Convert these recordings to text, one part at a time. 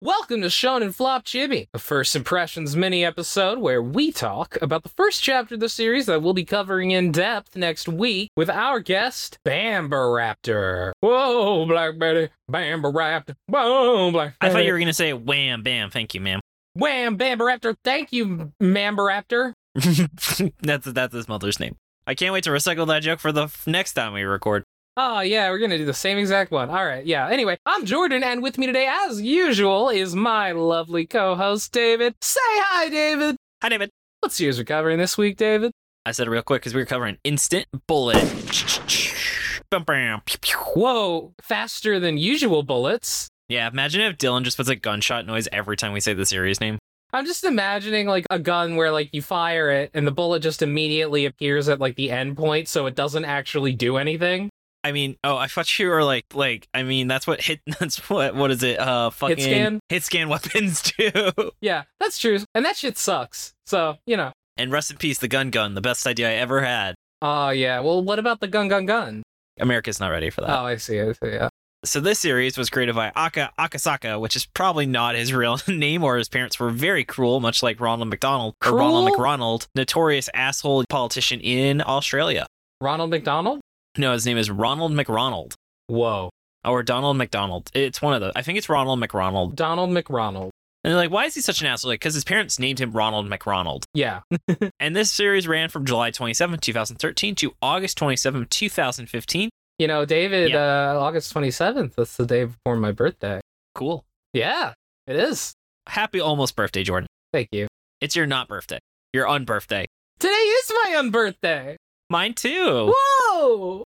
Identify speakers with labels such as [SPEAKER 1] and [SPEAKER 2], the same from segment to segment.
[SPEAKER 1] Welcome to Shonen Flop Chibi, a First Impressions mini episode where we talk about the first chapter of the series that we'll be covering in depth next week with our guest, Bamberaptor. Whoa, Black Betty, Bamberaptor. Whoa, Black
[SPEAKER 2] I
[SPEAKER 1] Betty.
[SPEAKER 2] thought you were gonna say wham bam. Thank you, ma'am.
[SPEAKER 1] Wham, Bamberaptor. Thank you, Mamberaptor.
[SPEAKER 2] that's that's his mother's name. I can't wait to recycle that joke for the f- next time we record.
[SPEAKER 1] Oh, yeah, we're going to do the same exact one. All right, yeah. Anyway, I'm Jordan, and with me today, as usual, is my lovely co host, David. Say hi, David.
[SPEAKER 2] Hi, David.
[SPEAKER 1] What series are we covering this week, David?
[SPEAKER 2] I said it real quick because we were covering instant bullet. Bum, bam, pew, pew.
[SPEAKER 1] Whoa, faster than usual bullets.
[SPEAKER 2] Yeah, imagine if Dylan just puts a gunshot noise every time we say the series name.
[SPEAKER 1] I'm just imagining like a gun where like you fire it and the bullet just immediately appears at like the end point so it doesn't actually do anything.
[SPEAKER 2] I mean, oh, I thought you were like, like, I mean, that's what hit, that's what, what is it? Uh, fucking
[SPEAKER 1] scan?
[SPEAKER 2] hit scan weapons do.
[SPEAKER 1] Yeah, that's true. And that shit sucks. So, you know.
[SPEAKER 2] And rest in peace, the gun gun, the best idea I ever had.
[SPEAKER 1] Oh, yeah. Well, what about the gun, gun, gun?
[SPEAKER 2] America's not ready for that.
[SPEAKER 1] Oh, I see. I see. Yeah.
[SPEAKER 2] So this series was created by Aka Akasaka, which is probably not his real name, or his parents were very cruel, much like Ronald McDonald or Ronald
[SPEAKER 1] Cruel?
[SPEAKER 2] McRonald, notorious asshole politician in Australia.
[SPEAKER 1] Ronald McDonald?
[SPEAKER 2] No, his name is Ronald McRonald
[SPEAKER 1] Whoa.
[SPEAKER 2] or Donald McDonald. It's one of those. I think it's Ronald McRonald.
[SPEAKER 1] Donald McRonald.
[SPEAKER 2] And they're like, why is he such an asshole? Like, because his parents named him Ronald McRonald.
[SPEAKER 1] Yeah.
[SPEAKER 2] And this series ran from July 27, 2013 to August 27, 2015.
[SPEAKER 1] You know, David, uh, August 27th, that's the day before my birthday.
[SPEAKER 2] Cool.
[SPEAKER 1] Yeah, it is.
[SPEAKER 2] Happy almost birthday, Jordan.
[SPEAKER 1] Thank you.
[SPEAKER 2] It's your not birthday. Your unbirthday.
[SPEAKER 1] Today is my own birthday.
[SPEAKER 2] Mine too.
[SPEAKER 1] Whoa.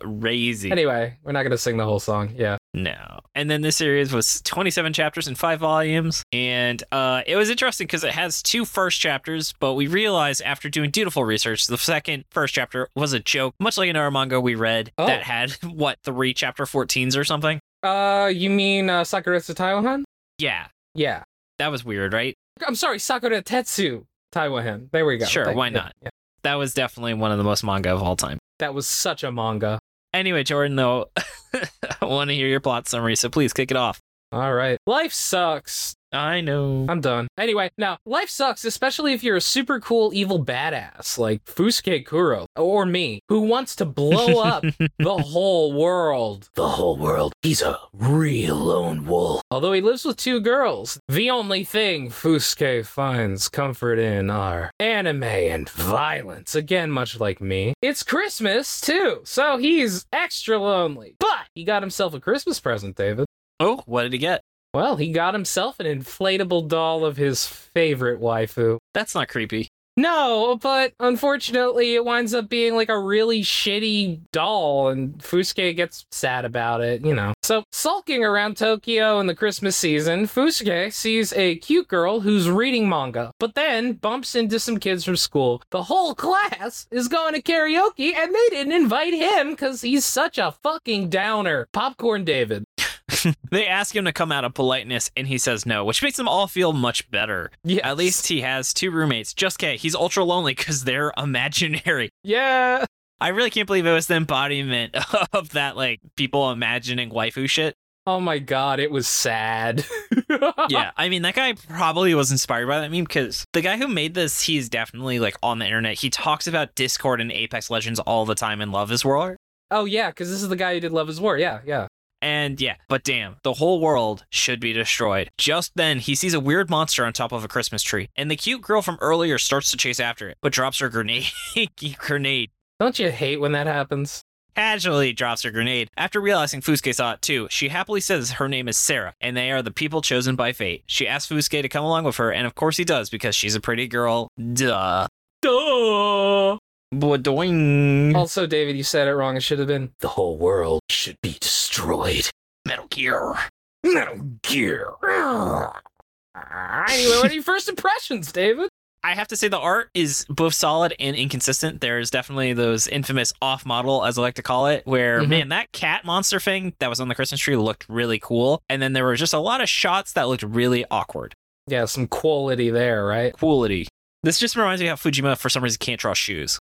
[SPEAKER 2] Crazy.
[SPEAKER 1] Anyway, we're not going to sing the whole song. Yeah.
[SPEAKER 2] No. And then this series was 27 chapters in five volumes. And uh, it was interesting because it has two first chapters, but we realized after doing dutiful research, the second first chapter was a joke, much like another manga we read
[SPEAKER 1] Oh.
[SPEAKER 2] that had, what, three chapter 14s or something?
[SPEAKER 1] Uh, you mean uh, Sakura to Taiwan?
[SPEAKER 2] Yeah.
[SPEAKER 1] Yeah.
[SPEAKER 2] That was weird, right?
[SPEAKER 1] I'm sorry, Sakura Tetsu Taiwan. There we go.
[SPEAKER 2] Sure,
[SPEAKER 1] Thank-
[SPEAKER 2] why
[SPEAKER 1] yeah,
[SPEAKER 2] not?
[SPEAKER 1] yeah.
[SPEAKER 2] That was definitely one of the most manga of all time.
[SPEAKER 1] That was such a manga.
[SPEAKER 2] Anyway, Jordan, though, I want to hear your plot summary, so please kick it off.
[SPEAKER 1] All right. Life sucks.
[SPEAKER 2] I know.
[SPEAKER 1] I'm done. Anyway, now, life sucks, especially if you're a super cool evil badass like Fusuke Kuro or me, who wants to blow up the whole world. The whole world. He's a real lone wolf. Although he lives with two girls, the only thing Fusuke finds comfort in are anime and violence. Again, much like me. It's Christmas, too, so he's extra lonely. But he got himself a Christmas present, David.
[SPEAKER 2] Oh, what did he get?
[SPEAKER 1] Well, he got himself an inflatable doll of his favorite waifu.
[SPEAKER 2] That's not creepy.
[SPEAKER 1] No, but unfortunately, it winds up being like a really shitty doll, and Fusuke gets sad about it, you know. So, sulking around Tokyo in the Christmas season, Fusuke sees a cute girl who's reading manga, but then bumps into some kids from school. The whole class is going to karaoke, and they didn't invite him because he's such a fucking downer. Popcorn David.
[SPEAKER 2] They ask him to come out of politeness, and he says no, which makes them all feel much better.
[SPEAKER 1] Yeah,
[SPEAKER 2] At least he has two roommates. Just K, he's ultra lonely because they're imaginary.
[SPEAKER 1] Yeah.
[SPEAKER 2] I really can't believe it was the embodiment of that, like people imagining waifu shit.
[SPEAKER 1] Oh my god, it was sad.
[SPEAKER 2] Yeah, I mean that guy probably was inspired by that meme because the guy who made this, he's definitely like on the internet. He talks about Discord and Apex Legends all the time and Love Is War.
[SPEAKER 1] Oh yeah, because this is the guy who did Love Is War. Yeah, yeah.
[SPEAKER 2] And yeah, but damn, the whole world should be destroyed. Just then, he sees a weird monster on top of a Christmas tree, and the cute girl from earlier starts to chase after it, but drops her grenade. grenade.
[SPEAKER 1] Don't you hate when that happens?
[SPEAKER 2] Casually drops her grenade. After realizing Fusuke saw it too, she happily says her name is Sarah, and they are the people chosen by fate. She asks Fusuke to come along with her, and of course he does because she's a pretty girl. Duh.
[SPEAKER 1] Duh.
[SPEAKER 2] Boing.
[SPEAKER 1] Also, David, you said it wrong. It should have been the whole world should be destroyed.
[SPEAKER 2] Metal Gear.
[SPEAKER 1] Metal Gear. anyway, what are your first impressions, David?
[SPEAKER 2] I have to say the art is both solid and inconsistent. There's definitely those infamous off model, as I like to call it, where
[SPEAKER 1] Mhm.
[SPEAKER 2] man, that cat monster thing that was on the Christmas tree looked really cool. And then there were just a lot of shots that looked really awkward.
[SPEAKER 1] Yeah, some quality there, right?
[SPEAKER 2] Quality. This just reminds me how Fujima for some reason can't draw shoes.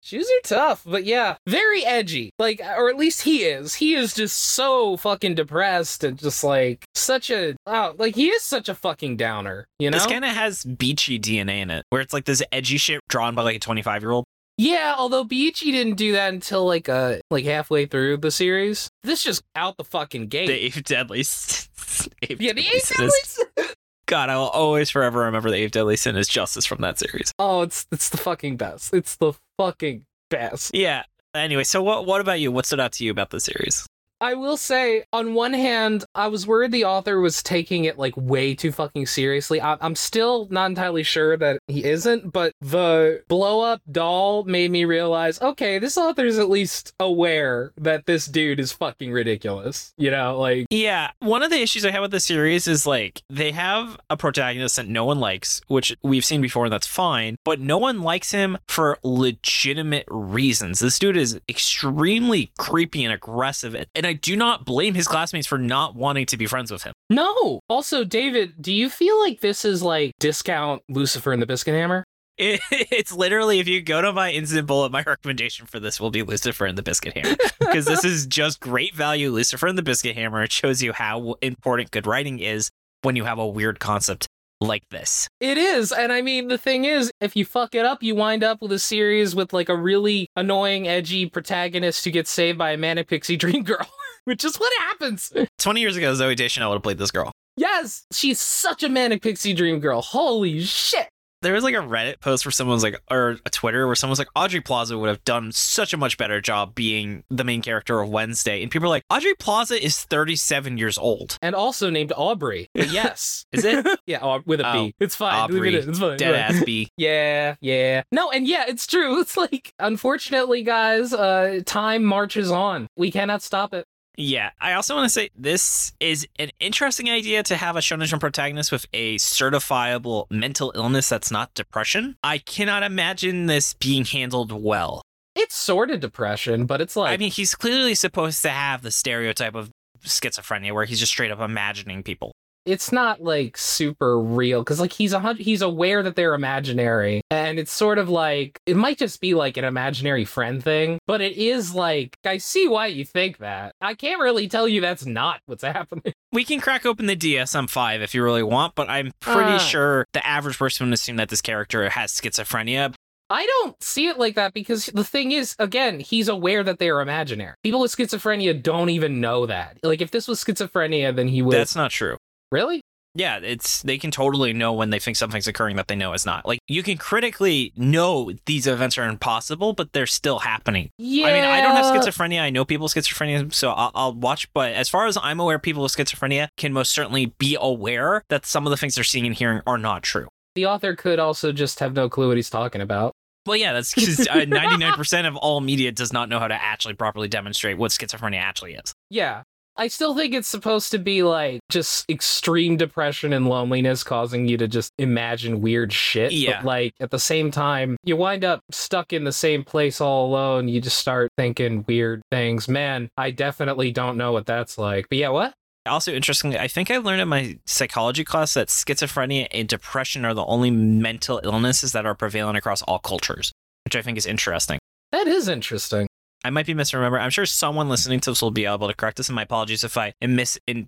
[SPEAKER 1] Shoes are tough, but yeah, very edgy. Like, or at least he is. He is just so fucking depressed and just like such a oh, like he is such a fucking downer. You know?
[SPEAKER 2] This kind of has beachy DNA in it, where it's like this edgy shit drawn by like a 25 year old.
[SPEAKER 1] yeah. Although Biichi didn't do that until like uh like halfway through the series. This just out the fucking gate.
[SPEAKER 2] The Eve Deadly. Sin- Eve
[SPEAKER 1] yeah, the
[SPEAKER 2] Deadly
[SPEAKER 1] eight
[SPEAKER 2] Sin is- God, I will always forever remember the Eve Deadly Sin as justice from that series.
[SPEAKER 1] Oh, it's it's the fucking best. It's the fucking best.
[SPEAKER 2] Yeah. Anyway, so what what about you? What stood out to you about the series?
[SPEAKER 1] I will say, on one hand, I was worried the author was taking it like way too fucking seriously. I- I'm still not entirely sure that he isn't, but the blow up doll made me realize okay, this author's at least aware that this dude is fucking ridiculous. You know, like,
[SPEAKER 2] Yeah, one of the issues I have with the series is like they have a protagonist that no one likes, which we've seen before, and that's fine, but no one likes him for legitimate reasons. This dude is extremely creepy and aggressive, and I do not blame his classmates for not wanting to be friends with him.
[SPEAKER 1] no. Also, David, do you feel like this is like discount Lucifer and the Biscuit Hammer?
[SPEAKER 2] It, it's literally if you go to my instant bullet, my recommendation for this will be Lucifer and the Biscuit Hammer because this is just great value. Lucifer and the Biscuit Hammer it shows you how important good writing is when you have a weird concept like this.
[SPEAKER 1] It is. And I mean, the thing is, if you fuck it up, you wind up with a series with like a really annoying, edgy protagonist who gets saved by a manic pixie dream girl, which is what happens.
[SPEAKER 2] Twenty years ago, Zoe Deschanel would have played this girl.
[SPEAKER 1] Yes, she's such a manic pixie dream girl. Holy shit.
[SPEAKER 2] There was like a Reddit post where someone was like, or a Twitter where someone was like, Audrey Plaza would have done such a much better job being the main character of Wednesday, and people are like, Audrey Plaza is thirty-seven years old.
[SPEAKER 1] And also named Aubrey. But yes.
[SPEAKER 2] Is it
[SPEAKER 1] yeah, Au- with a B.
[SPEAKER 2] Oh,
[SPEAKER 1] it's fine. Leave
[SPEAKER 2] Aubrey.
[SPEAKER 1] it in. It's fine.
[SPEAKER 2] dead
[SPEAKER 1] Right.
[SPEAKER 2] ass B?
[SPEAKER 1] Yeah, yeah. No, and yeah, it's true. It's like, unfortunately, guys, uh, time marches on. We cannot stop it.
[SPEAKER 2] Yeah, I also want to say this is an interesting idea to have a Shonen Jump protagonist with a certifiable mental illness that's not depression. I cannot imagine this being handled well.
[SPEAKER 1] It's sort of depression, but it's like.
[SPEAKER 2] I mean, he's clearly supposed to have the stereotype of schizophrenia where he's just straight up imagining people.
[SPEAKER 1] it's not like super real because like he's a hun- he's aware that they're imaginary and it's sort of like it might just be like an imaginary friend thing but it is like i see why you think that i can't really tell you that's not what's happening
[SPEAKER 2] We can crack open the DSM 5 if you really want, but I'm pretty
[SPEAKER 1] Uh.
[SPEAKER 2] sure the average person would assume that this character has schizophrenia.
[SPEAKER 1] i don't see it like that because the thing is again he's aware that they're imaginary people with schizophrenia don't even know that like if this was schizophrenia then he would
[SPEAKER 2] That's not true.
[SPEAKER 1] really
[SPEAKER 2] Yeah, it's they can totally know when they think something's occurring that they know is not. Like you can critically know these events are impossible, but they're still happening.
[SPEAKER 1] yeah
[SPEAKER 2] I mean, I don't have schizophrenia. I know people with schizophrenia, so I'll, I'll watch. But as far as I'm aware, people with schizophrenia can most certainly be aware that some of the things they're seeing and hearing are not true.
[SPEAKER 1] the author could also just have no clue what he's talking about
[SPEAKER 2] Well, yeah, that's because ninety nine percent of all media does not know how to actually properly demonstrate what schizophrenia actually is.
[SPEAKER 1] Yeah. I still think it's supposed to be like just extreme depression and loneliness causing you to just imagine weird shit.
[SPEAKER 2] Yeah.
[SPEAKER 1] But like at the same time, you wind up stuck in the same place all alone. You just start thinking weird things. Man, I definitely don't know what that's like. But yeah, what?
[SPEAKER 2] Also, interestingly, I think I learned in my psychology class that schizophrenia and depression are the only mental illnesses that are prevalent across all cultures, which I think is interesting.
[SPEAKER 1] That is interesting.
[SPEAKER 2] I might be misremembering. I'm sure someone listening to this will be able to correct this, and my apologies if I am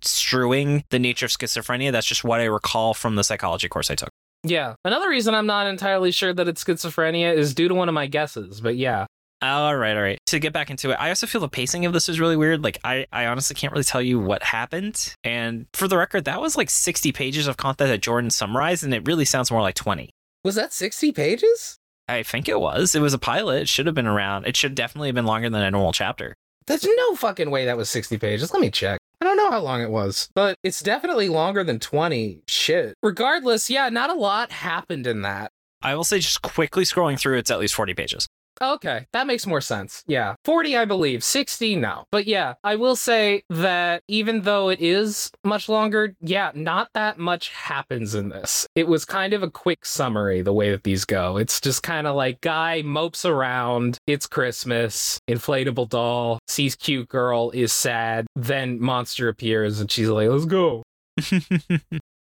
[SPEAKER 2] misconstruing the nature of schizophrenia. That's just what I recall from the psychology course I took.
[SPEAKER 1] Yeah. Another reason I'm not entirely sure that it's schizophrenia is due to one of my guesses. But yeah.
[SPEAKER 2] All right, all right. To get back into it, I also feel the pacing of this is really weird. Like, I, I honestly can't really tell you what happened. And for the record, that was like 60 pages of content that Jordan summarized, and it really sounds more like 20.
[SPEAKER 1] Was that 60 pages?
[SPEAKER 2] I think it was. It was a pilot. It should have been around. It should definitely have been longer than a normal chapter.
[SPEAKER 1] There's no fucking way that was 60 pages. Let me check. I don't know how long it was, but it's definitely longer than 20. Shit. Regardless, yeah, not a lot happened in that.
[SPEAKER 2] I will say, just quickly scrolling through, it's at least 40 pages.
[SPEAKER 1] Okay, that makes more sense. Yeah. 40, I believe. 60, no. But yeah, I will say that even though it is much longer, yeah, not that much happens in this. It was kind of a quick summary the way that these go. It's just kind of like guy mopes around, it's Christmas, inflatable doll, sees cute girl, is sad, then monster appears and she's like, let's go.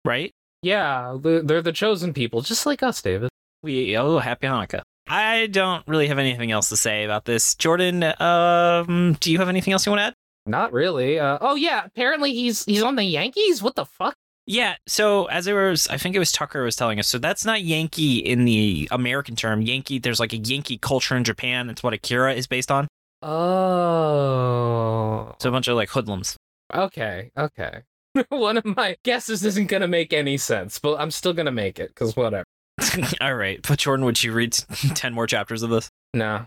[SPEAKER 2] right?
[SPEAKER 1] Yeah, the- they're the chosen people, just like us, David.
[SPEAKER 2] We, oh, happy Hanukkah. I don't really have anything else to say about this. Jordan, um, do you have anything else you want to add?
[SPEAKER 1] Not really. Uh, oh yeah, apparently he's he's on the Yankees. What the fuck?
[SPEAKER 2] Yeah, so as it was, I think it was Tucker was telling us. So that's not Yankee in the American term. Yankee, there's like a Yankee culture in Japan. That's what Akira is based on.
[SPEAKER 1] Oh.
[SPEAKER 2] So a bunch of like hoodlums.
[SPEAKER 1] Okay. Okay. One of my guesses isn't gonna make any sense, but I'm still gonna make it because whatever.
[SPEAKER 2] All right, but Jordan, would you read ten more chapters of this?
[SPEAKER 1] Nah.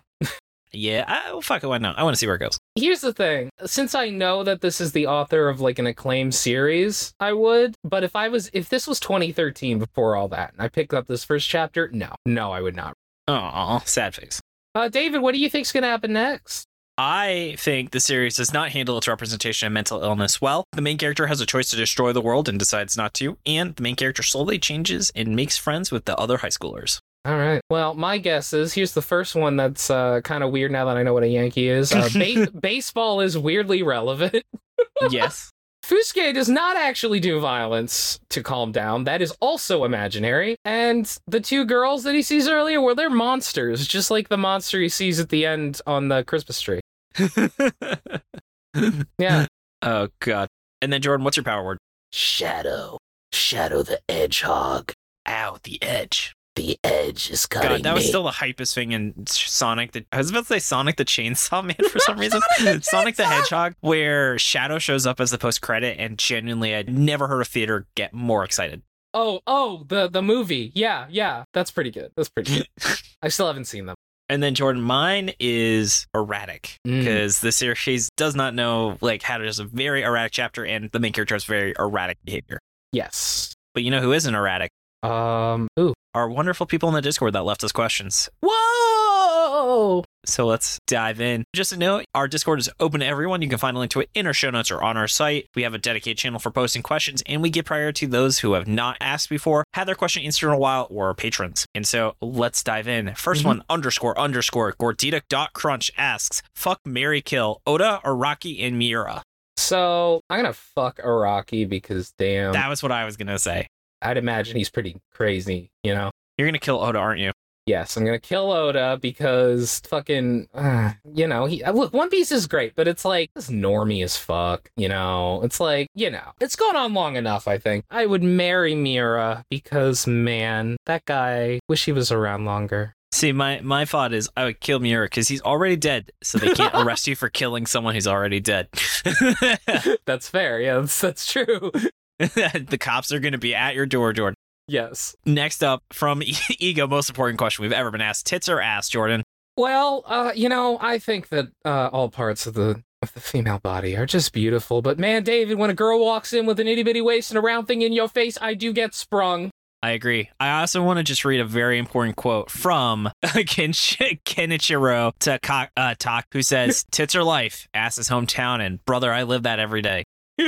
[SPEAKER 2] Yeah, I, well, fuck it, why not? I want to see where it goes.
[SPEAKER 1] Here's the thing. Since I know that this is the author of like an acclaimed series, I would. But if I was, if this was 2013 before all that, and I picked up this first chapter, no, no, I would not.
[SPEAKER 2] Oh, sad face.
[SPEAKER 1] Uh, David, what do you think's gonna happen next?
[SPEAKER 2] I think the series does not handle its representation of mental illness well. The main character has a choice to destroy the world and decides not to, and the main character slowly changes and makes friends with the other high schoolers.
[SPEAKER 1] All right. Well, my guess is here's the first one that's uh, kind of weird now that I know what a Yankee is. Uh, ba- baseball is weirdly relevant.
[SPEAKER 2] yes.
[SPEAKER 1] Fusuke does not actually do violence to calm down. That is also imaginary. And the two girls that he sees earlier, well, they're monsters, just like the monster he sees at the end on the Christmas tree. Yeah.
[SPEAKER 2] oh god. And then Jordan, what's your power word?
[SPEAKER 3] Shadow. Shadow the Edgehog.
[SPEAKER 2] Ow, the edge.
[SPEAKER 3] The edge is cutting
[SPEAKER 2] God, that was
[SPEAKER 3] me.
[SPEAKER 2] still the hypest thing in Sonic. The, I was about to say Sonic the Chainsaw Man for some reason.
[SPEAKER 1] Sonic the
[SPEAKER 2] Sonic the
[SPEAKER 1] Chainsaw!
[SPEAKER 2] Hedgehog, where Shadow shows up as the post credit, and genuinely, I'd never heard a theater get more excited.
[SPEAKER 1] Oh, oh, the the movie. Yeah, yeah. That's pretty good. That's pretty good. I still haven't seen them.
[SPEAKER 2] And then Jordan, mine is erratic
[SPEAKER 1] Mm.
[SPEAKER 2] because the series does not know like how to just a very erratic chapter, and the main character has very erratic behavior.
[SPEAKER 1] Yes.
[SPEAKER 2] But you know who isn't erratic?
[SPEAKER 1] Um. Ooh.
[SPEAKER 2] Our wonderful people in the Discord that left us questions.
[SPEAKER 1] Whoa.
[SPEAKER 2] So let's dive in. Just a note, our Discord is open to everyone. You can find a link to it in our show notes or on our site. We have a dedicated channel for posting questions, and we give priority to those who have not asked before, had their question answered in a while, or are patrons. And so let's dive in. 1st
[SPEAKER 1] Mhm.
[SPEAKER 2] one, underscore, underscore, Gordita.crunch asks, fuck Mary Kill, Oda, Araki, and Miura.
[SPEAKER 1] So I'm gonna fuck Araki because damn,
[SPEAKER 2] That was what I was going to say.
[SPEAKER 1] I'd imagine he's pretty crazy. You know.
[SPEAKER 2] You're going to kill Oda, aren't you?
[SPEAKER 1] Yes, I'm gonna kill Oda because fucking, uh, you know, he uh, look. One Piece is great, but it's like it's normy as fuck. You know, it's like you know, it's gone on long enough. I think I would marry Mira because man, that guy. Wish he was around longer.
[SPEAKER 2] See, my, my thought is I would kill Miura because he's already dead, so they can't arrest you for killing someone who's already dead.
[SPEAKER 1] that's fair. Yeah, that's, that's true.
[SPEAKER 2] the cops are going to be at your door, Jordan.
[SPEAKER 1] yes.
[SPEAKER 2] Next up from E- Ego, most important question we've ever been asked. Tits or ass, Jordan?
[SPEAKER 1] Well, uh, you know, I think that uh, all parts of the of the female body are just beautiful. But man, David, when a girl walks in with an itty bitty waist and a round thing in your face, I do get sprung.
[SPEAKER 2] I agree. I also want to just read a very important quote from Ken- Kenichiro Taka- uh, Tak, who says, Tits are life, ass is hometown, and brother, I live that every day.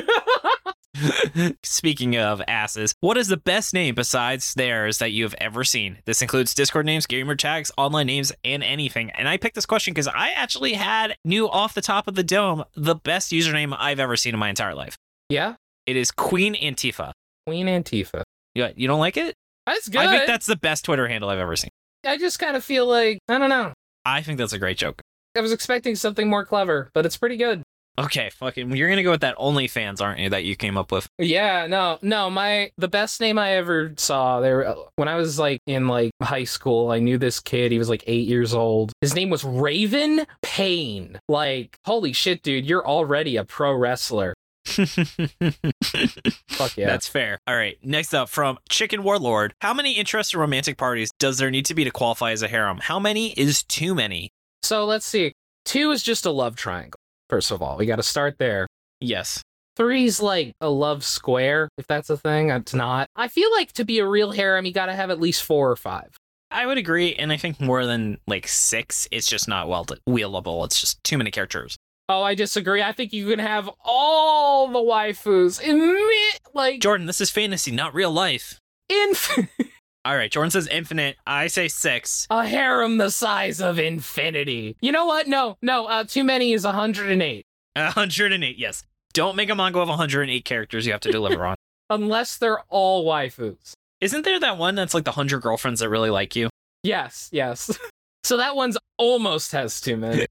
[SPEAKER 2] Speaking of asses, what is the best name besides theirs that you have ever seen? This includes Discord names, gamer tags, online names, and anything. And I picked this question because I actually had, knew off the top of the dome, the best username I've ever seen in my entire life.
[SPEAKER 1] yeah,
[SPEAKER 2] It is Queen Antifa.
[SPEAKER 1] Queen Antifa.
[SPEAKER 2] You, you don't like it?
[SPEAKER 1] That's good.
[SPEAKER 2] I think that's the best Twitter handle I've ever seen.
[SPEAKER 1] I just kind of feel like I don't know.
[SPEAKER 2] I think that's a great joke.
[SPEAKER 1] I was expecting something more clever, but it's pretty good.
[SPEAKER 2] Okay, fucking, you're gonna go with that OnlyFans, aren't you? That you came up with.
[SPEAKER 1] Yeah, no, no. My the best name I ever saw there uh, when I was like in like high school. I knew this kid. He was like eight years old. His name was Raven Payne. Like, holy shit, dude! You're already a pro wrestler. Fuck yeah.
[SPEAKER 2] That's fair. All right, next up from Chicken Warlord. How many interesting romantic parties does there need to be to qualify as a harem? How many is too many?
[SPEAKER 1] so let's see. Two is just a love triangle. First of all, we got to start there.
[SPEAKER 2] Yes.
[SPEAKER 1] Three's like a love square, if that's a thing. It's not. I feel like to be a real harem, you got to have at least four or five.
[SPEAKER 2] I would agree, and I think more than like six, it's just not well wheelable. It's just too many characters.
[SPEAKER 1] Oh, I disagree. I think you can have all the waifus in like
[SPEAKER 2] Jordan, this is fantasy, not real life.
[SPEAKER 1] inf-
[SPEAKER 2] All right, Jordan says infinite. I say six.
[SPEAKER 1] a harem the size of infinity. You know what? No, no. Uh, too many is 108,
[SPEAKER 2] 108, yes. Don't make a manga of 108 characters you have to deliver on.
[SPEAKER 1] unless they're all waifus.
[SPEAKER 2] Isn't there that one that's like the 100 girlfriends that really like you?
[SPEAKER 1] Yes, yes. So that one's almost has two men.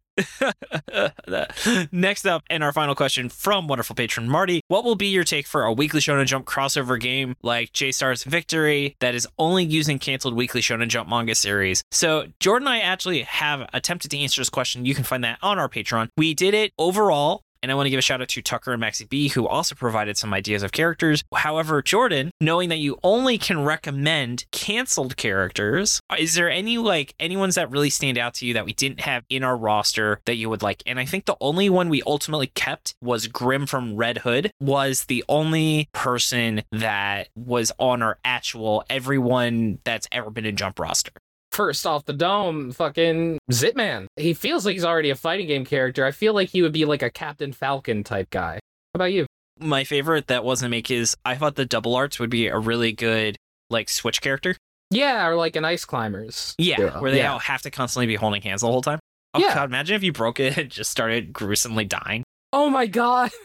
[SPEAKER 2] Next up, and our final question from wonderful patron Marty What will be your take for a weekly Shonen Jump crossover game like J Star's Victory that is only using canceled weekly Shonen Jump manga series? So, Jordan and I actually have attempted to answer this question. You can find that on our Patreon. We did it overall and I want to give a shout out to Tucker and Maxi B, who also provided some ideas of characters. However, Jordan, knowing that you only can recommend canceled characters, uh, is there any like any ones that really stand out to you that we didn't have in our roster that you would like? And I think the only one we ultimately kept was Grim from Red Hood, was the only person that was on our actual everyone that's ever been in Jump roster.
[SPEAKER 1] First off the dome, fucking Zitman. He feels like he's already a fighting game character. I feel like he would be like a Captain Falcon type guy. How about you?
[SPEAKER 2] My favorite that wasn't make is I thought the double arts would be a really good like switch character.
[SPEAKER 1] Yeah, or like an ice climbers.
[SPEAKER 2] Yeah,
[SPEAKER 3] Yeah.
[SPEAKER 2] where they
[SPEAKER 1] Yeah.
[SPEAKER 2] all have to constantly be holding hands the whole time. Oh
[SPEAKER 1] Yeah.
[SPEAKER 2] god, imagine if you broke it and just started gruesomely dying.
[SPEAKER 1] Oh my god.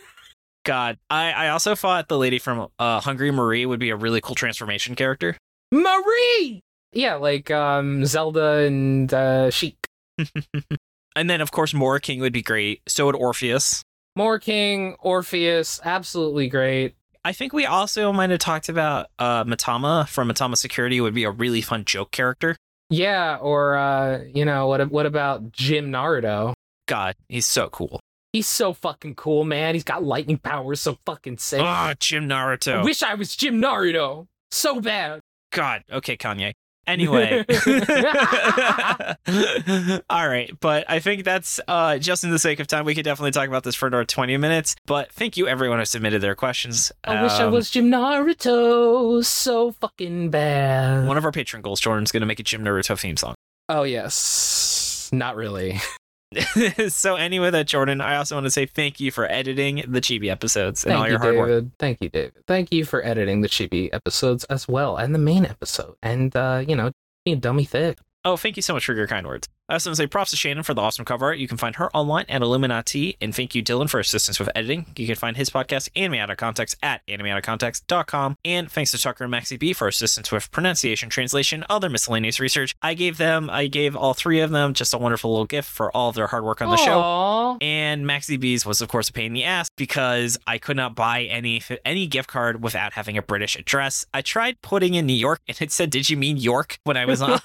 [SPEAKER 2] God, I, I also thought the lady from uh, Hungry Marie would be a really cool transformation character.
[SPEAKER 1] Marie! Yeah, like um Zelda and uh Sheik.
[SPEAKER 2] And then of course Mora King would be great. So would Orpheus.
[SPEAKER 1] More King, Orpheus, absolutely great.
[SPEAKER 2] I think we also might have talked about uh, Matama from Matama Security would be a really fun joke character.
[SPEAKER 1] Yeah, or uh, you know, what what about Jim Naruto?
[SPEAKER 2] God, he's so cool.
[SPEAKER 1] He's so fucking cool, man. He's got lightning powers, so fucking sick.
[SPEAKER 2] Ah, Jim
[SPEAKER 1] I
[SPEAKER 2] Naruto.
[SPEAKER 1] wish I was Jim Naruto. So bad.
[SPEAKER 2] God. Okay, Kanye. Anyway. All right. But I think that's uh, just in the sake of time. We could definitely talk about this for another 20 minutes. But thank you, everyone who submitted their questions.
[SPEAKER 1] I wish I
[SPEAKER 2] Um,
[SPEAKER 1] was Jim Naruto. So fucking bad.
[SPEAKER 2] One of our patron goals, Jordan's going to make a Jim Naruto theme song.
[SPEAKER 1] Oh yes. Not really.
[SPEAKER 2] so, anyway, that Jordan, I also want to say thank you for editing the Chibi episodes and
[SPEAKER 1] Thank
[SPEAKER 2] all
[SPEAKER 1] you,
[SPEAKER 2] your hard work.
[SPEAKER 1] David. Thank you, David. Thank you for editing the chibi episodes as well, and the main episode, and uh, you know, being dummy thick.
[SPEAKER 2] Oh, thank you so much for your kind words. I also want to say props to Shannon for the awesome cover art. You can find her online at Illuminati. And thank you, Dylan, for assistance with editing. You can find his podcast, Anime Out of Context, at animeoutofcontext.com. And thanks to Tucker and Maxie B for assistance with pronunciation, translation, other miscellaneous research. I gave them, I gave all three of them just a wonderful little gift for all of their hard work on the show.
[SPEAKER 1] Aw.
[SPEAKER 2] And Maxi B's was, of course, a pain in the ass because I could not buy any any gift card without having a British address. I tried putting in New York, and it said, "Did you mean York?" when I was on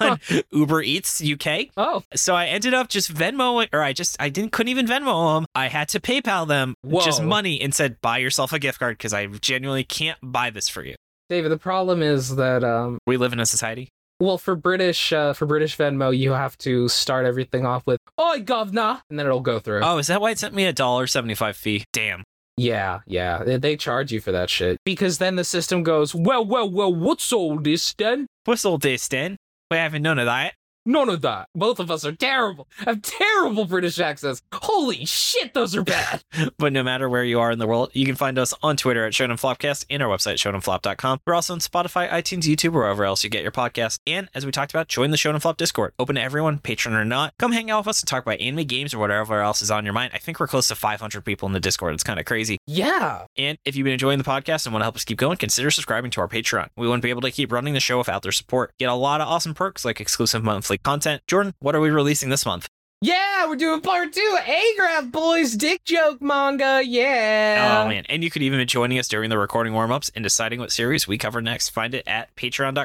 [SPEAKER 2] Uber Eats UK.
[SPEAKER 1] Oh,
[SPEAKER 2] So I ended up just Venmo, or I just I didn't couldn't even Venmo them. I had to PayPal them just
[SPEAKER 1] Whoa.
[SPEAKER 2] money and said, "Buy yourself a gift card because I genuinely can't buy this for you."
[SPEAKER 1] David. The problem is that um,
[SPEAKER 2] We live in a society.
[SPEAKER 1] well, for British uh, for British Venmo, you have to start everything off with "Oi, governor," and then it'll go through.
[SPEAKER 2] Oh, is that why it sent me a dollar seventy five fee? Damn.
[SPEAKER 1] Yeah, yeah, they, they charge you for that shit because then the system goes, "Well, well, well, what's all this then?"
[SPEAKER 2] Whistle this then. We haven't known of that.
[SPEAKER 1] None of that. Both of us are terrible. Have terrible British accents. Holy shit, those are bad.
[SPEAKER 2] But no matter where you are in the world, you can find us on Twitter at Shonen Flopcast and our website, shonenflop.com. We're also on Spotify, iTunes, YouTube, wherever else you get your podcast. And as we talked about, join the Shonen Flop Discord. Open to everyone, patron or not. Come hang out with us and talk about anime games or whatever else is on your mind. I think we're close to 500 people in the Discord. It's kind of crazy.
[SPEAKER 1] Yeah.
[SPEAKER 2] And if you've been enjoying the podcast and want to help us keep going, consider subscribing to our Patreon. We wouldn't be able to keep running the show without their support. Get a lot of awesome perks like exclusive monthly content. Jordan, what are we releasing this month?
[SPEAKER 1] Yeah, we're doing part two of A-Graph Boys Dick Joke manga. Yeah.
[SPEAKER 2] Oh man! And you could even be joining us during the recording warm-ups and deciding what series we cover next. Find it at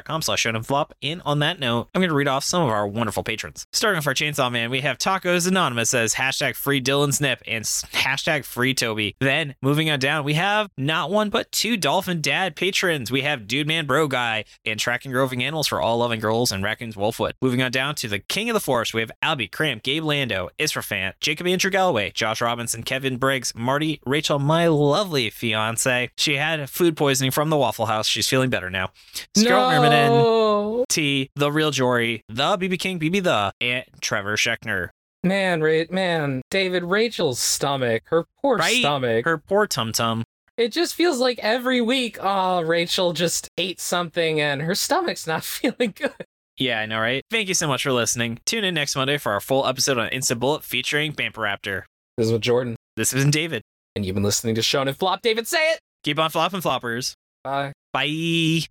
[SPEAKER 2] Patreon.com/slash/ShonenFlop. And on that note, I'm going to read off some of our wonderful patrons. Starting with our Chainsaw Man, we have Tacos Anonymous says hashtag Free Dylan Snip and s- hashtag Free Toby. Then moving on down, we have not one but two Dolphin Dad patrons. We have Dude Man Bro Guy and Tracking Groving Animals for All Loving Girls and Raccoons Wolfwood. Moving on down to the King of the Forest, we have Albie, Cramp, Gabe Lando, Israfant, Jacob Andrew Galloway, Josh Robinson, Kevin Briggs, Marty, Rachel, my lovely fiance. She had food poisoning from the Waffle House. She's feeling better now. Scarlett Mermaden,
[SPEAKER 1] no.
[SPEAKER 2] T, The Real Jory, The BB King, BB The, and Trevor Schechner.
[SPEAKER 1] Man, Ra- man, David, Rachel's stomach, her poor
[SPEAKER 2] Right?
[SPEAKER 1] stomach.
[SPEAKER 2] Her poor tum tum.
[SPEAKER 1] it just feels like every week, oh, Rachel just ate something and her stomach's not feeling good.
[SPEAKER 2] Yeah, I know, right? Thank you so much for listening. Tune in next Monday for our full episode on Insta Bullet featuring Bamperaptor.
[SPEAKER 1] This is with Jordan,
[SPEAKER 2] This has been David.
[SPEAKER 1] and you've been listening to Shonen Flop. David, say it.
[SPEAKER 2] Keep on flopping floppers.
[SPEAKER 1] Bye.
[SPEAKER 2] Bye.